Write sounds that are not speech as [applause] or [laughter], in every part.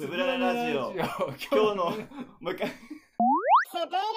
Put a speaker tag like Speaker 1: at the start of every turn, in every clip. Speaker 1: つぶらなラジオ。今日の、もう一回。
Speaker 2: セブラナラ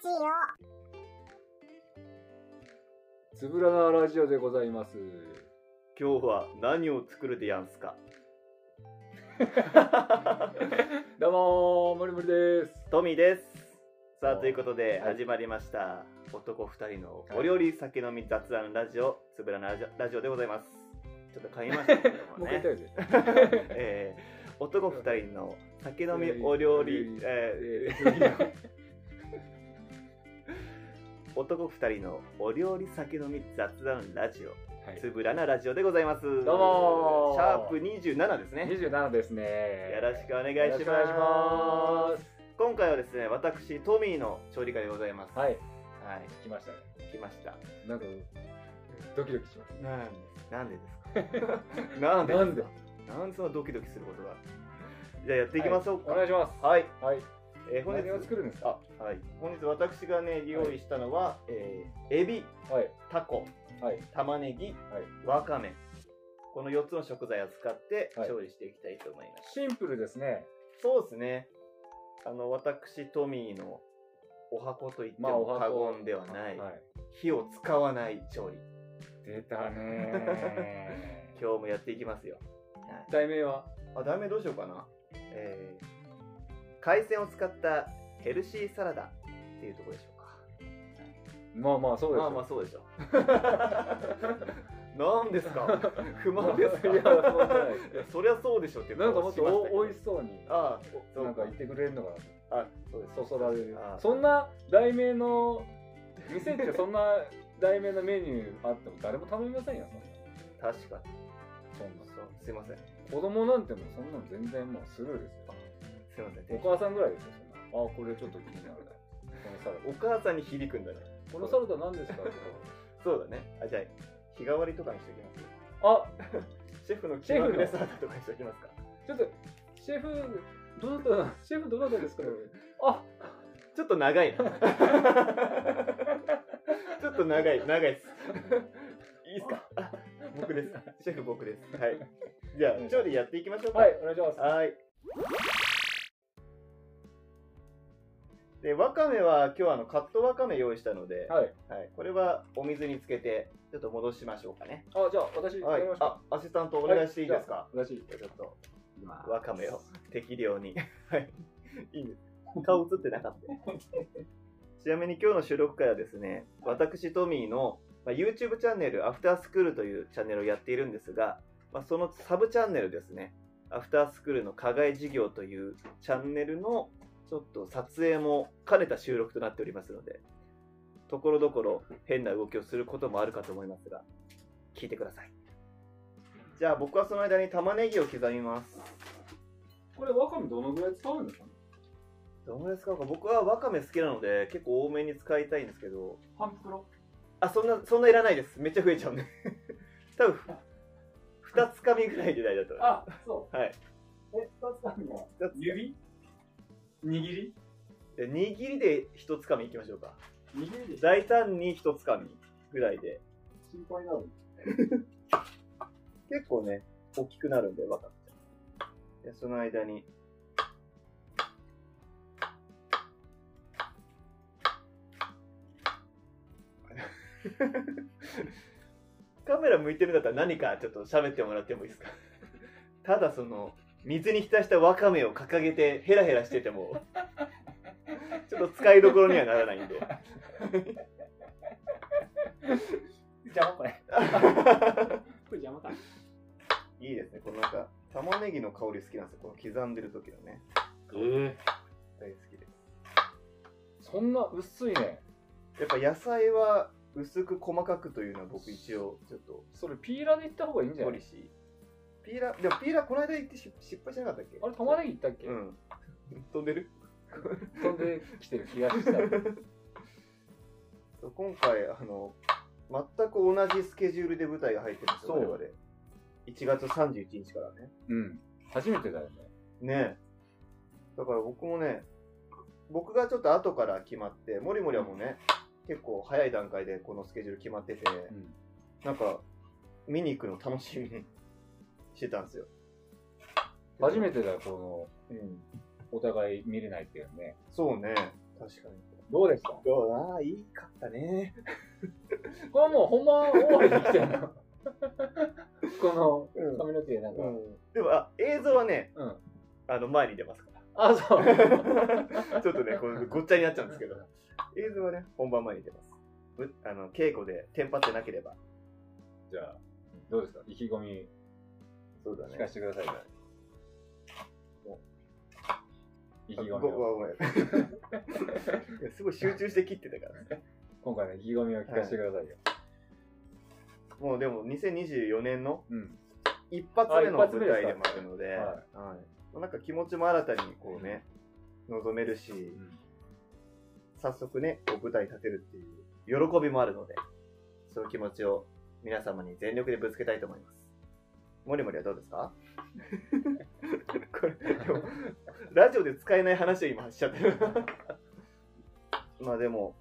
Speaker 2: ジオ。
Speaker 3: つぶらなラジオでございます。
Speaker 1: 今日は何を作るでやんすか
Speaker 3: どうもー、もりもりです。
Speaker 1: トミーです。さあ、
Speaker 3: お
Speaker 1: ということで
Speaker 3: はい
Speaker 1: 始まりました。男二人のお料理酒飲み雑談ラジオ、つぶらなラジオラジオでございます。ちょっと噛みましたけど
Speaker 3: も
Speaker 1: も
Speaker 3: う一回
Speaker 1: ね。
Speaker 3: 言ったよね。
Speaker 1: えー、男二人の酒飲みお料理、え
Speaker 3: えー
Speaker 1: ー、男二人のお料理酒飲み雑談ラジオ、
Speaker 3: はい
Speaker 1: つぶらなラジオでございます。どう
Speaker 3: どうもー
Speaker 1: シャープ27ですね。
Speaker 3: 27ですね。
Speaker 1: よろしくお願いします。
Speaker 3: よろくお願いし
Speaker 1: 今回はですね、私、トミーの調理家でございます。
Speaker 3: ます。はい、
Speaker 1: はい、
Speaker 3: 来ましたね。
Speaker 1: 来ました。
Speaker 3: なんか、ドキドキしま
Speaker 1: なんでなんでですかなん
Speaker 3: す。
Speaker 1: でですか
Speaker 3: なんで
Speaker 1: なんでそのドキドキすることが。じゃあやっていきましょうか。
Speaker 3: お願いします。
Speaker 1: はい。
Speaker 3: はい。
Speaker 1: えー本
Speaker 3: 何を
Speaker 1: 日
Speaker 3: 作るんですか
Speaker 1: あ、はい、本日私がね、用意したのは、えーエビ、
Speaker 3: はい。
Speaker 1: タコ、
Speaker 3: はい。
Speaker 1: 玉ねぎ、わかめ。この4つの食材を使って
Speaker 3: はい
Speaker 1: 調理していきたいと思います。
Speaker 3: シンプルですね。
Speaker 1: そうですね。あの、私、トミーのお箱といって
Speaker 3: まあ、お
Speaker 1: も過
Speaker 3: 箱
Speaker 1: 言ではない、
Speaker 3: はい。
Speaker 1: 火を使わない調理。
Speaker 3: 出たねー。 [laughs]
Speaker 1: 今日もやっていきますよ。
Speaker 3: 題名は
Speaker 1: あ、ダメどうしようかな。えー、海鮮を使ったヘルシーサラダっていうところでしょうか。
Speaker 3: まあまあ、そうです
Speaker 1: ま
Speaker 3: よ。
Speaker 1: あまあそうでしょ。 [laughs] なんです
Speaker 3: [laughs]
Speaker 1: か不満ですか
Speaker 3: いやそうじゃないです
Speaker 1: いやそりゃそうでしょって
Speaker 3: なんかもっとお美味
Speaker 1: し
Speaker 3: しそうに
Speaker 1: ましたけどあそう
Speaker 3: なんか言ってくれるのかな
Speaker 1: あ、あ、そうです。
Speaker 3: そそられる
Speaker 1: あ
Speaker 3: そんな題名の店ってそんな題名のメニューあっても誰も頼みませんよ
Speaker 1: 確か
Speaker 3: そんな
Speaker 1: に。そうすいません。
Speaker 3: そんな子供なんてもうそんなの全然もうスルーですよ
Speaker 1: すいません。
Speaker 3: お母さんぐらいですよそんなあこれちょっと気になるねこのサラダ
Speaker 1: お母さんに響くんだね。
Speaker 3: このサラダ何です [laughs] か
Speaker 1: そうだね。あ、じゃあ、日替わりとかにしておきます。
Speaker 3: あ
Speaker 1: シェフの気
Speaker 3: シェフの
Speaker 1: まぐれサラダとかにしておきますか。
Speaker 3: ちょっとシェフどなたシェフどなたですかあ
Speaker 1: ちょっと長
Speaker 3: [laughs]
Speaker 1: いな。ちょっと長い、長い
Speaker 3: [laughs]
Speaker 1: です。いいですかあ僕です。シェフ僕です。はい。じゃあ、調理やっていきましょうか。
Speaker 3: はいお願いします
Speaker 1: はい。で、わかめは今日あのカットわかめ用意したので、
Speaker 3: はい
Speaker 1: はい、これはお水につけて、ちょっと戻しましょうかね。
Speaker 3: あじゃあ私や
Speaker 1: はい
Speaker 3: りま。しょう
Speaker 1: あ、アシスタントお願いしていいですか、
Speaker 3: 私
Speaker 1: じゃあちょっとわかめ [laughs] を適量に。はい。いいんです。顔映ってなかった。ちなみに今日の収録会はですね、私トミーの、まあ、YouTube チャンネル、アフタースクールというチャンネルをやっているんですが、まあ、そのサブチャンネルですね、アフタースクールの課外授業というチャンネルのちょっと撮影も兼ねた収録となっておりますので、ところどころ変な動きをすることもあるかと思いますが、聞いてください。じゃあ僕はその間に玉ねぎを刻みます。
Speaker 3: これわかめどのぐらい使うんですかね
Speaker 1: どのぐらい使うか僕はわかめ好きなので結構多めに使いたいんですけど
Speaker 3: 半袋
Speaker 1: あそんなそんないらないですめっちゃ増えちゃうんで [laughs] 多分2つかみぐらいで大丈夫だと思いま
Speaker 3: あ、そう。
Speaker 1: はい。
Speaker 3: え、二つかみは
Speaker 1: 二つ
Speaker 3: 指握り
Speaker 1: すで握りで1つかみいきましょうか
Speaker 3: 握りで
Speaker 1: 大胆に1つかみぐらいで
Speaker 3: 心配になる。
Speaker 1: 結構ね大きくなるんでわかってでその間に [laughs] カメラ向いてるんだったら何かちょっと喋ってもらってもいいですか [laughs] ただその水に浸したわかめを掲げてヘラヘラしててもちょっと使いどころにはならないんで
Speaker 3: 邪魔こ [laughs] れ。これ邪魔か。
Speaker 1: いいですねこのなんか玉ねぎの香り好きなんですよこの刻んでる時のね
Speaker 3: ええ
Speaker 1: 大好きで
Speaker 3: そんな薄いね。
Speaker 1: やっぱ野菜は薄く細かくというのは僕一応ちょっと
Speaker 3: それピーラーでいった方がいいんじゃ
Speaker 1: ポ
Speaker 3: な
Speaker 1: リ
Speaker 3: い
Speaker 1: シーピーラーでもピーラーこの間言ってし失敗しなかったっけ
Speaker 3: あれ、玉ねぎいったっけ、
Speaker 1: うん飛んでる
Speaker 3: 飛んできてる気が [laughs] した。
Speaker 1: そう今回あの全く同じスケジュールで舞台が入ってるんですよ
Speaker 3: そう
Speaker 1: 我々1月31日からね
Speaker 3: うん。初めてだよね。
Speaker 1: ねえだから僕もね僕がちょっと後から決まってもりもりはもうね、結構早い段階でこのスケジュール決まってて、
Speaker 3: うん。
Speaker 1: なんか、見に行くの楽しみにしてたんですよ。
Speaker 3: 初めてだよ、こ
Speaker 1: うん。
Speaker 3: の、お互い見れないっていうのね。
Speaker 1: そうね。確かに。
Speaker 3: どうでした
Speaker 1: どうああ、いいかったね。
Speaker 3: これはもうほんま終わりみたいな。 [laughs] こ
Speaker 1: うん
Speaker 3: の髪の毛なんか。
Speaker 1: でも、あ、映像はね、
Speaker 3: うん。
Speaker 1: あの、前に出ますから。
Speaker 3: あ、 [laughs] そう。
Speaker 1: [laughs] ちょっとね、こうごっちゃになっちゃうんですけど、映像はね、本番前に出ます。ぶあの稽古でテンパってなければ。
Speaker 3: じゃあ、どうですか意気込み
Speaker 1: そうだ
Speaker 3: 聞かせてください。意気
Speaker 1: あ
Speaker 3: 込
Speaker 1: ご
Speaker 3: みを。
Speaker 1: ごめん [laughs] いやすごい集中して切ってたから。
Speaker 3: 今回の意気込みを聞かせてくださいよ。
Speaker 1: もうでも2024年の
Speaker 3: うん。
Speaker 1: 一発目の
Speaker 3: あ
Speaker 1: 舞
Speaker 3: 一発目ですか
Speaker 1: 台でもあるので、
Speaker 3: はい
Speaker 1: はいなんか気持ちも新たにこうね、望めるし、早速ね、こう舞台立てるっていう喜びもあるので、そういう気持ちを皆様に全力でぶつけたいと思います。モリモリはどうですかこれ、でもラジオで使えない話を今しちゃってる。まあでも、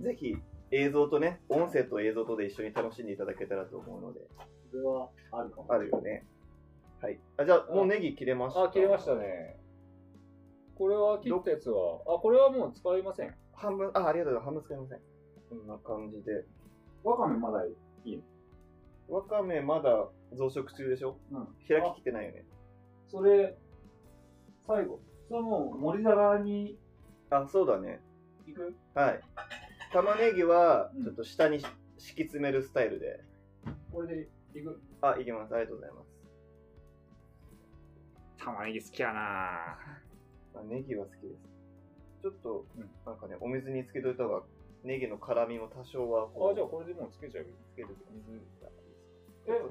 Speaker 1: ぜひ映像とね、音声と映像とで一緒に楽しんでいただけたらと思うので、
Speaker 4: それはあるかも。
Speaker 1: あるよね。はい。あ、じゃあ、もうネギ切れました。
Speaker 3: あ、切れました。ね。これは切ったやつは、あ、これはもう使いません。
Speaker 1: 半分、あ、ありがとうございます。半分使いません。こんな感じで。
Speaker 4: わかめまだいい。
Speaker 1: わかめまだ増殖中でしょ
Speaker 4: うん。
Speaker 1: 開ききてないよね。
Speaker 4: それ、最後。それもう盛り皿に
Speaker 1: あ、そうだね。
Speaker 4: 行く
Speaker 1: はい。玉ねぎは
Speaker 4: う、ん
Speaker 1: ちょっと下にし敷き詰めるスタイルで。
Speaker 4: これで行く
Speaker 1: あ、いきます。ありがとうございます。
Speaker 4: 玉ねぎ好きやな
Speaker 1: あネギは好きです。ちょっと
Speaker 3: うん、
Speaker 1: なんかね、お水につけといた方が、ネギの辛みも多少はこう、
Speaker 3: あ、じゃあこれでもうつけちゃうよ。
Speaker 1: つけると水が
Speaker 4: え、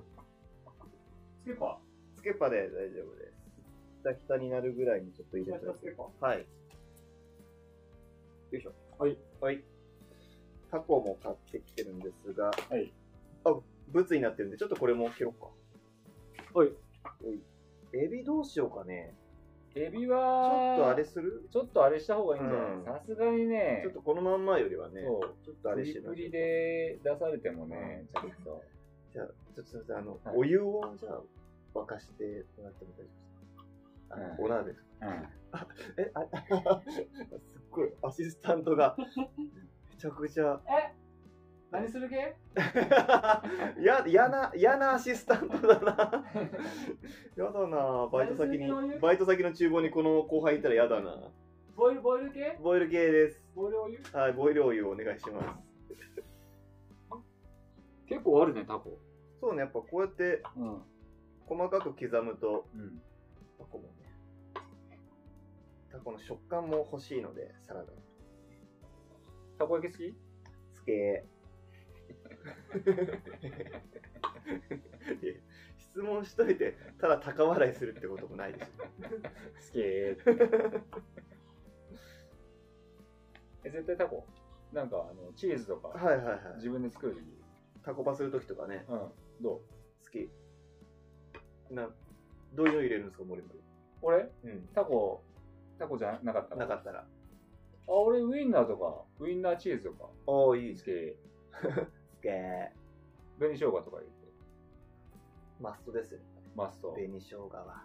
Speaker 4: スケッパ
Speaker 1: つけっぱで大丈夫です。ひたひたになるぐらいにちょっと入
Speaker 4: ー
Speaker 1: れ
Speaker 4: ひ
Speaker 1: て
Speaker 4: たひ
Speaker 1: おいて
Speaker 4: たスケッパー
Speaker 1: はい。よいしょ。はい。はい。タコも買ってきてるんですが、
Speaker 4: はい。
Speaker 1: あ、ブツになってるんで、ちょっとこれも切ろうか。
Speaker 4: はい。
Speaker 1: はい。エビどうしようかね。
Speaker 3: エビ
Speaker 1: ちょ
Speaker 3: は、
Speaker 1: っとあれする
Speaker 3: ちょっとあれした方がいいんじゃ
Speaker 1: うん
Speaker 3: ないさすがにね、
Speaker 1: ちょっとこのまんまよりはね、
Speaker 3: そう、
Speaker 1: ちょっとあれして
Speaker 3: プリプリで出されても
Speaker 1: う
Speaker 3: ね、ちゃんと。
Speaker 1: じゃあ、ちょっとすいません、あの、
Speaker 3: はい
Speaker 1: お湯をじゃあ、沸かしてもらっても大丈夫ですかあの、
Speaker 3: うん
Speaker 1: お鍋。
Speaker 3: うん。
Speaker 1: え、あ、 [laughs] すっごい、アシスタントが、めちゃくちゃ、 [laughs]
Speaker 3: え何する系
Speaker 1: や、嫌な、嫌なアシスタントだな。 [laughs] やだな、バイト先
Speaker 3: 何する気の
Speaker 1: に、
Speaker 3: 湯
Speaker 1: バイト先の厨房にこの後輩いたらやだな。
Speaker 3: ボイル、ボイル系
Speaker 1: ボイル系です。
Speaker 3: ボイルお湯
Speaker 1: はい、ボイルお湯をお願いします。
Speaker 3: 結構あるね、タコ。
Speaker 1: そうね、やっぱこうやって
Speaker 3: うん。
Speaker 1: 細かく刻むと、
Speaker 3: うん。
Speaker 1: タコもね、タコの食感も欲しいので、サラダ。
Speaker 3: たこ焼き好き
Speaker 1: つけ。いや [laughs] 質問しといて、ただ高笑いするってこともないでしょ。
Speaker 3: 好き。 [laughs] え、絶対タコなんか、あの、チーズとか、
Speaker 1: はいはいはい。
Speaker 3: 自分で作る時
Speaker 1: タコパするときとかね、
Speaker 3: うん。どう
Speaker 1: 好き。な、どういうの入れるんですか、森森。
Speaker 3: 俺
Speaker 1: うん。
Speaker 3: タコ、タコじゃなかった
Speaker 1: なか
Speaker 3: っ
Speaker 1: ったら。
Speaker 3: た。あ、俺ウインナーとか、ウインナーチーズとか、
Speaker 1: おー、いい
Speaker 3: 好
Speaker 1: す
Speaker 3: き。
Speaker 1: け。
Speaker 3: 紅生姜とか入れて、
Speaker 1: マストですよ。
Speaker 3: マスト。
Speaker 1: 紅生姜は。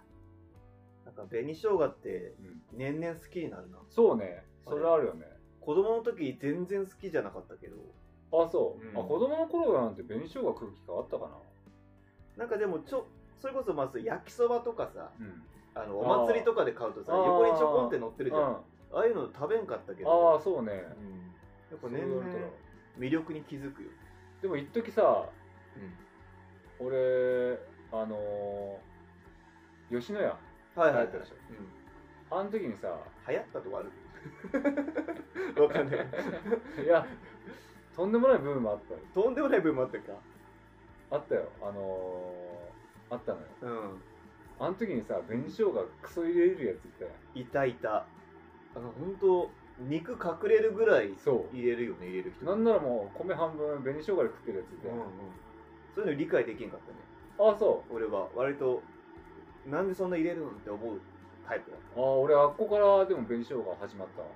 Speaker 1: なんか紅生姜って
Speaker 3: うん。
Speaker 1: 年々好きになるな。
Speaker 3: そうね。それあるよね。
Speaker 1: 子供の時全然好きじゃなかったけど、
Speaker 3: あ、そう。
Speaker 1: うん
Speaker 3: あ、子供の頃なんて紅生姜食う機会あったかな
Speaker 1: なんかでもちょ、それこそまず焼きそばとかさ、
Speaker 3: うん。
Speaker 1: あのお祭りとかで買うとさ
Speaker 3: あー
Speaker 1: 横にちょこんって乗ってるじゃんあ
Speaker 3: あ
Speaker 1: あいうの食べんかったけ
Speaker 3: あ
Speaker 1: ど
Speaker 3: ー、そう
Speaker 1: うん
Speaker 3: ね。
Speaker 1: やっぱ
Speaker 3: そう
Speaker 1: 年
Speaker 3: 言われたら
Speaker 1: 々魅力に気づくよ、
Speaker 3: でも一時さ、
Speaker 1: う
Speaker 3: 俺、あのー、吉野家、
Speaker 1: ん、はいはい、は
Speaker 3: 流行ったでしょ
Speaker 1: う
Speaker 3: あの時
Speaker 1: [laughs]
Speaker 3: にさ、
Speaker 1: ん、流行ったとかあるわかんない
Speaker 3: いや、とんでもない部分もあったよ。
Speaker 1: とんでもない分もあったか
Speaker 3: あったよ。あのー、あったのよ。
Speaker 1: うん
Speaker 3: あの時にさ、紅生姜クソ入れるやついたよ。
Speaker 1: いたいたあの本当肉隠れるぐらい
Speaker 3: そ
Speaker 1: 入れるよね入れる
Speaker 3: う。
Speaker 1: 人
Speaker 3: なんならもう米半分紅生姜で食ってるやついた
Speaker 1: うんう
Speaker 3: よ
Speaker 1: ん、そういうの理解できんかったね
Speaker 3: あ、そう。
Speaker 1: 俺は割となんでそんな入れるのって思うタイプだ
Speaker 3: あー俺あっこからでも紅生姜始まったわ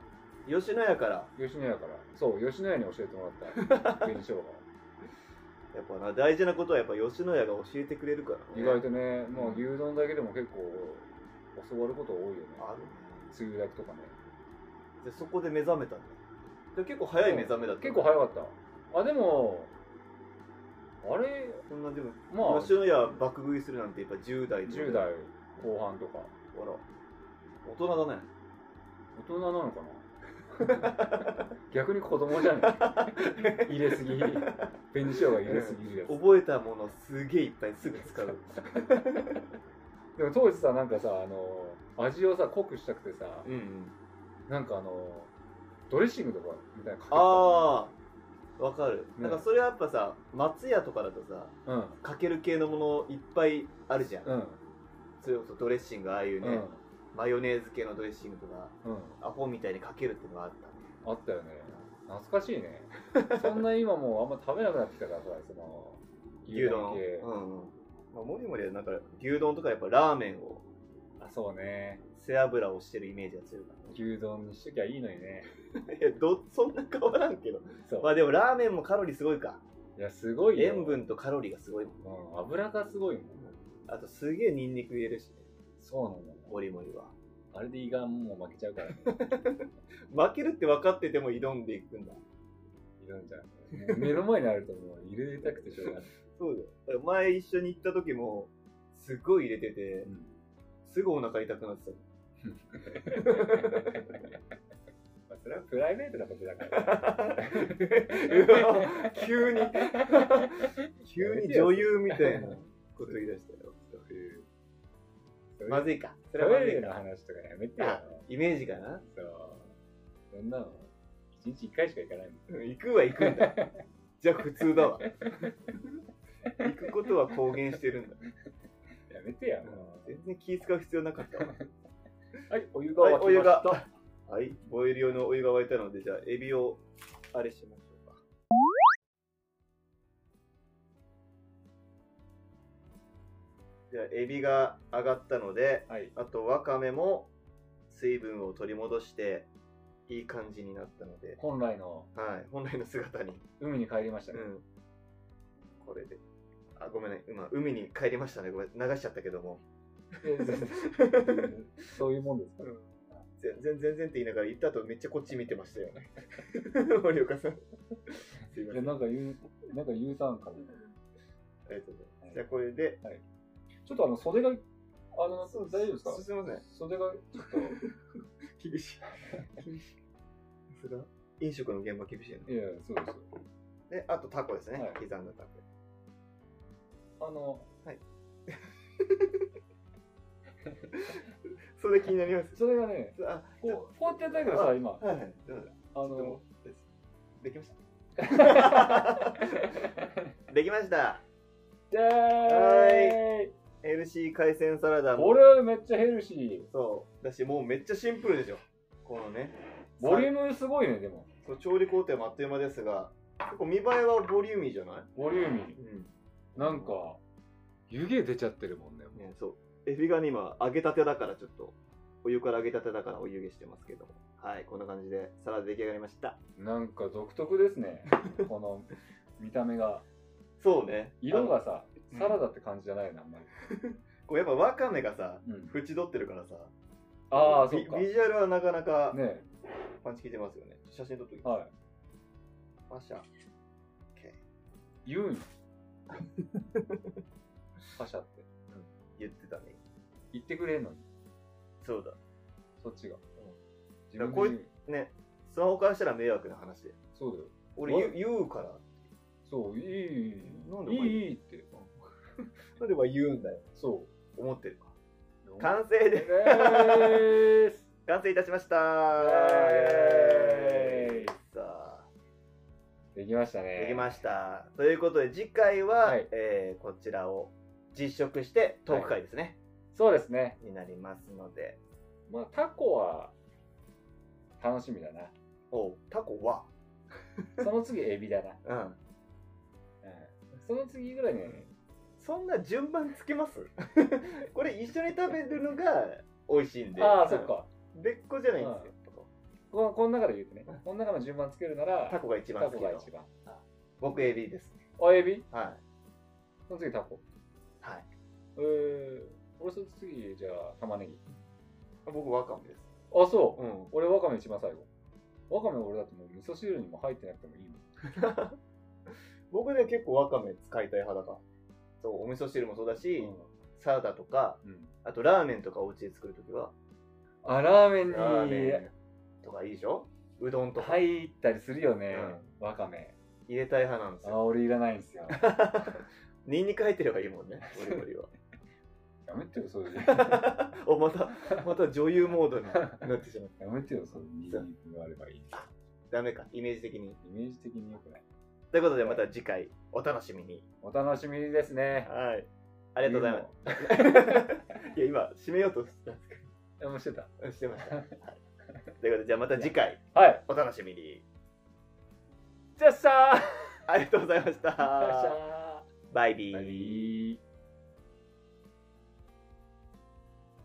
Speaker 1: 吉野家から [laughs]
Speaker 3: 吉野家からそう吉野家に教えてもらった紅生姜
Speaker 1: やっぱな大事なことはやっぱ吉野家が教えてくれるから、ね、
Speaker 3: 意外とね、まあ牛丼だけでも結構教わること多いよね。
Speaker 1: ある
Speaker 3: つゆだくとかね。
Speaker 1: でそこで目覚めたんだで結構早い目覚めだった
Speaker 3: 結構早かった。あ、でも、あれ、
Speaker 1: そんなでも
Speaker 3: まあ、
Speaker 1: 吉野家爆食いするなんてやっぱ10代
Speaker 3: 10代後半とか。
Speaker 1: ほら大人だね
Speaker 3: 大人なのかな
Speaker 1: [laughs]
Speaker 3: 逆に子供じゃない入れすぎ。紅生姜入れすぎるやつ。
Speaker 1: 覚えたものすげえいっぱいすぐ使
Speaker 3: [laughs]
Speaker 1: う
Speaker 3: でも当時さ、なんかさ、あの、味をさ、濃くしたくてさ、
Speaker 1: うん、うん、
Speaker 3: なんかあの、ドレッシングとかみたいなのかけてた
Speaker 1: ああわかる、
Speaker 3: ね
Speaker 1: なんかそれはやっぱさ松屋とかだとさ
Speaker 3: うん。
Speaker 1: かける系のものいっぱいあるじゃん、
Speaker 3: うん。
Speaker 1: それこそドレッシングああいう
Speaker 3: う
Speaker 1: ね、
Speaker 3: ん。
Speaker 1: マヨネーズ系のドレッシングとか
Speaker 3: うん。
Speaker 1: アホみたいにかけるってのがあったね
Speaker 3: あったよね。懐かしいね。そんな今もうあんま食べなくなってきたからさ、その、
Speaker 1: 牛丼
Speaker 3: 系
Speaker 1: うん、うんまあ、もりもりはなんか牛丼とかやっぱラーメンを
Speaker 3: あ、そうね。
Speaker 1: 背脂をしてるイメージが強いか
Speaker 3: 牛丼にしときゃいいのにね。
Speaker 1: らね [laughs] いやどそんな変わらんけど
Speaker 3: そう。
Speaker 1: まあでもラーメンもカロリーすごいか
Speaker 3: いや、すごいよ。
Speaker 1: 塩分とカロリーがすごいもん
Speaker 3: うん、油がすごいもん。
Speaker 1: あとすげえニンニク入れるしね
Speaker 3: そうなんだよ。
Speaker 1: もりもりは
Speaker 3: あれで胃がもう負けちゃ
Speaker 1: [laughs]
Speaker 3: うからね。
Speaker 1: 負けるって分かってても挑んでいくんだ
Speaker 3: いるんじゃん。もう目の前にあるともう入れたくてしょうがない。
Speaker 1: そうだよ前一緒に行った時もすごい入れてて
Speaker 3: うん
Speaker 1: すぐお腹痛くなってた [laughs]
Speaker 3: まあそれはプライベートなことだ
Speaker 1: [laughs]
Speaker 3: か
Speaker 1: う
Speaker 3: ら。
Speaker 1: わ急 [laughs] に急に女優みたいなこと言い出したよまずいかそ
Speaker 3: ト
Speaker 1: れはま
Speaker 3: イ
Speaker 1: ずい
Speaker 3: レの
Speaker 1: か
Speaker 3: 話とかやめてよ。
Speaker 1: イメージかな
Speaker 3: そう。そんなの、一日一回しか行かないもん。
Speaker 1: うん行くは行くんだじゃあ普通だわ行くことは公言してるんだ
Speaker 3: やめてよ。
Speaker 1: 全然気使う必要なかったわ
Speaker 3: はい、お湯が沸きました。
Speaker 1: はいお湯がはいボイル用のお湯が沸いたのでじゃあエビをあれしましょうかじゃあエビが上がったので
Speaker 3: はい。
Speaker 1: あとわかめも水分を取り戻していい感じになったので、
Speaker 3: 本来の
Speaker 1: はい、本来の姿に、
Speaker 3: 海に帰りました
Speaker 1: う
Speaker 3: ね。
Speaker 1: ん、これであごめんね今海に帰りましたねごめん流しちゃったけども
Speaker 3: で全然 [laughs] そういうもんですか
Speaker 1: 全然全然って言いながら行った後めっちゃこっち見てましたよね [laughs] 森岡さんすいま
Speaker 3: い
Speaker 1: せ
Speaker 3: や、
Speaker 1: ん
Speaker 3: なんか言う、なんか言うたんかね。
Speaker 1: ありがとうございますじゃあこれで
Speaker 3: ちょっとあの、袖が、あの、大丈夫ですか
Speaker 1: すすいません
Speaker 3: 袖が、ちょっ
Speaker 1: 厳
Speaker 3: [laughs]
Speaker 1: しい厳しいさすが飲食の現場厳しいな
Speaker 3: と、いや、そうですよ。
Speaker 1: であとタコですね、
Speaker 3: はい
Speaker 1: 刻んだタコ
Speaker 3: あの、
Speaker 1: それ気になります
Speaker 3: それがね、
Speaker 1: あ
Speaker 3: こう、こうやってやったけどさ、今、
Speaker 1: はいはいどうぞ
Speaker 3: あ
Speaker 1: どうも
Speaker 3: の、
Speaker 1: で
Speaker 3: [laughs]
Speaker 1: きましたできました
Speaker 3: じゃーい
Speaker 1: ヘルシー海鮮サラダ
Speaker 3: こ
Speaker 1: も
Speaker 3: れはめっちゃヘルシー。
Speaker 1: そうだしもうめっちゃシンプルでしょこのね
Speaker 3: ボリュームすごいね、でも。
Speaker 1: そう調理工程もあっという間ですが結構見栄えはボリューミーじゃない
Speaker 3: ボリューミ
Speaker 1: う
Speaker 3: ー。なんか、湯気出ちゃってるもんね。
Speaker 1: んねそうエビがね今揚げたてだからちょっとお湯から揚げたてだからお湯気してますけどもはいこんな感じでサラダ出来上がりました
Speaker 3: なんか独特です [laughs] ね。この見た目が。
Speaker 1: そうね
Speaker 3: 色
Speaker 1: あ
Speaker 3: がさ
Speaker 1: う、ん
Speaker 3: サラダって感じじゃないな、あんまり。
Speaker 1: のこうやっぱわかめがさ
Speaker 3: うん、
Speaker 1: 縁取ってるからさ
Speaker 3: ああ、そ
Speaker 1: ビ
Speaker 3: っか。
Speaker 1: ビ
Speaker 3: ね
Speaker 1: ジュアルはなかなか
Speaker 3: え
Speaker 1: パンチ効いてますよね写真撮っときま
Speaker 3: は
Speaker 1: しょう
Speaker 3: い。言うん [laughs] よ。パシャって。
Speaker 1: 言ってたね
Speaker 3: 言ってくれんのに、
Speaker 1: そうだ
Speaker 3: そっちが。
Speaker 1: だ
Speaker 3: 自
Speaker 1: から
Speaker 3: 分
Speaker 1: こうい
Speaker 3: で言う。
Speaker 1: ねスマホからしたら迷惑な話で
Speaker 3: そうだよ。
Speaker 1: 俺
Speaker 3: わ
Speaker 1: 言う言うから
Speaker 3: そう、いい、いい
Speaker 1: なん、でお
Speaker 3: い
Speaker 1: 前
Speaker 3: いいいって。
Speaker 1: 例えば言うんだよ
Speaker 3: そ
Speaker 1: 思ってるか
Speaker 3: う。
Speaker 1: 完成
Speaker 3: で
Speaker 1: で
Speaker 3: ーす。
Speaker 1: 完成いたしました
Speaker 3: エーイ
Speaker 1: さあ
Speaker 3: できましたね。
Speaker 1: できましたということで次回は、
Speaker 3: はい
Speaker 1: えーこちらを実食してトーク会ですね、
Speaker 3: そうですね。
Speaker 1: になりますので
Speaker 3: まあ、タコは、楽しみだな。
Speaker 1: おうタコは
Speaker 3: その次、エビだ
Speaker 1: う
Speaker 3: な。
Speaker 1: ん
Speaker 3: うんその次ぐらいにはね、
Speaker 1: そんな順番つけ [laughs] ますこれ一緒に食べるのが美味しいんであ
Speaker 3: ああ、そっか。
Speaker 1: 別個じゃないんですよ、
Speaker 3: ここの中で言うとね、この中の順番つけるなら、
Speaker 1: タコが一
Speaker 3: タ
Speaker 1: 番好
Speaker 3: コ
Speaker 1: き
Speaker 3: が
Speaker 1: よ
Speaker 3: 一番。
Speaker 1: 僕エビですね
Speaker 3: 親指
Speaker 1: はい。
Speaker 3: その次タコ。
Speaker 1: はい。
Speaker 3: えー、俺その次、じゃあ、玉ねぎ。
Speaker 1: 僕、ワカメです。
Speaker 3: あ、そう。
Speaker 1: うん。
Speaker 3: 俺、わかめ一番最後。わかめ俺だってもう味噌汁にも入ってなくてもいいもん。
Speaker 1: 僕ね、結構ワカメ使いたい派だから。そう、お味噌汁もそうだし、サラダとか、
Speaker 3: うん。
Speaker 1: あとラーメンとかお家で作るときは、
Speaker 3: あ、ラーメン
Speaker 1: ラー
Speaker 3: に
Speaker 1: メンとかいいでしょうどんとか
Speaker 3: 入ったりするよね。わかめ。
Speaker 1: 入れたい派なんです
Speaker 3: あ、
Speaker 1: よ。
Speaker 3: 俺いらないんで
Speaker 1: [laughs]
Speaker 3: すよ。
Speaker 1: ニンニク入ってればいいも [laughs] んね、俺よりは。
Speaker 3: やめてよ、
Speaker 1: [laughs]
Speaker 3: それで。
Speaker 1: お、また、また女優モー [laughs] ドになってしまう。
Speaker 3: やめてよ、そのニンニクがあればいい。
Speaker 1: ダメか、イメージ的に。
Speaker 3: イメージ的に良くない。
Speaker 1: ということで、また次回、お楽しみに。
Speaker 3: お楽しみにですね。。
Speaker 1: はい。ありがとうございますす。いや、今、締めようとしたんですけ
Speaker 3: でもしてた。
Speaker 1: どしてました。 [laughs] はいということで、じゃあまた次回、
Speaker 3: はい。
Speaker 1: お楽しみに。
Speaker 3: じゃあさ
Speaker 1: [laughs]
Speaker 3: ー
Speaker 1: ありがとうございました。
Speaker 3: ー
Speaker 1: バイビ
Speaker 3: バイ
Speaker 1: ー。
Speaker 3: ビー。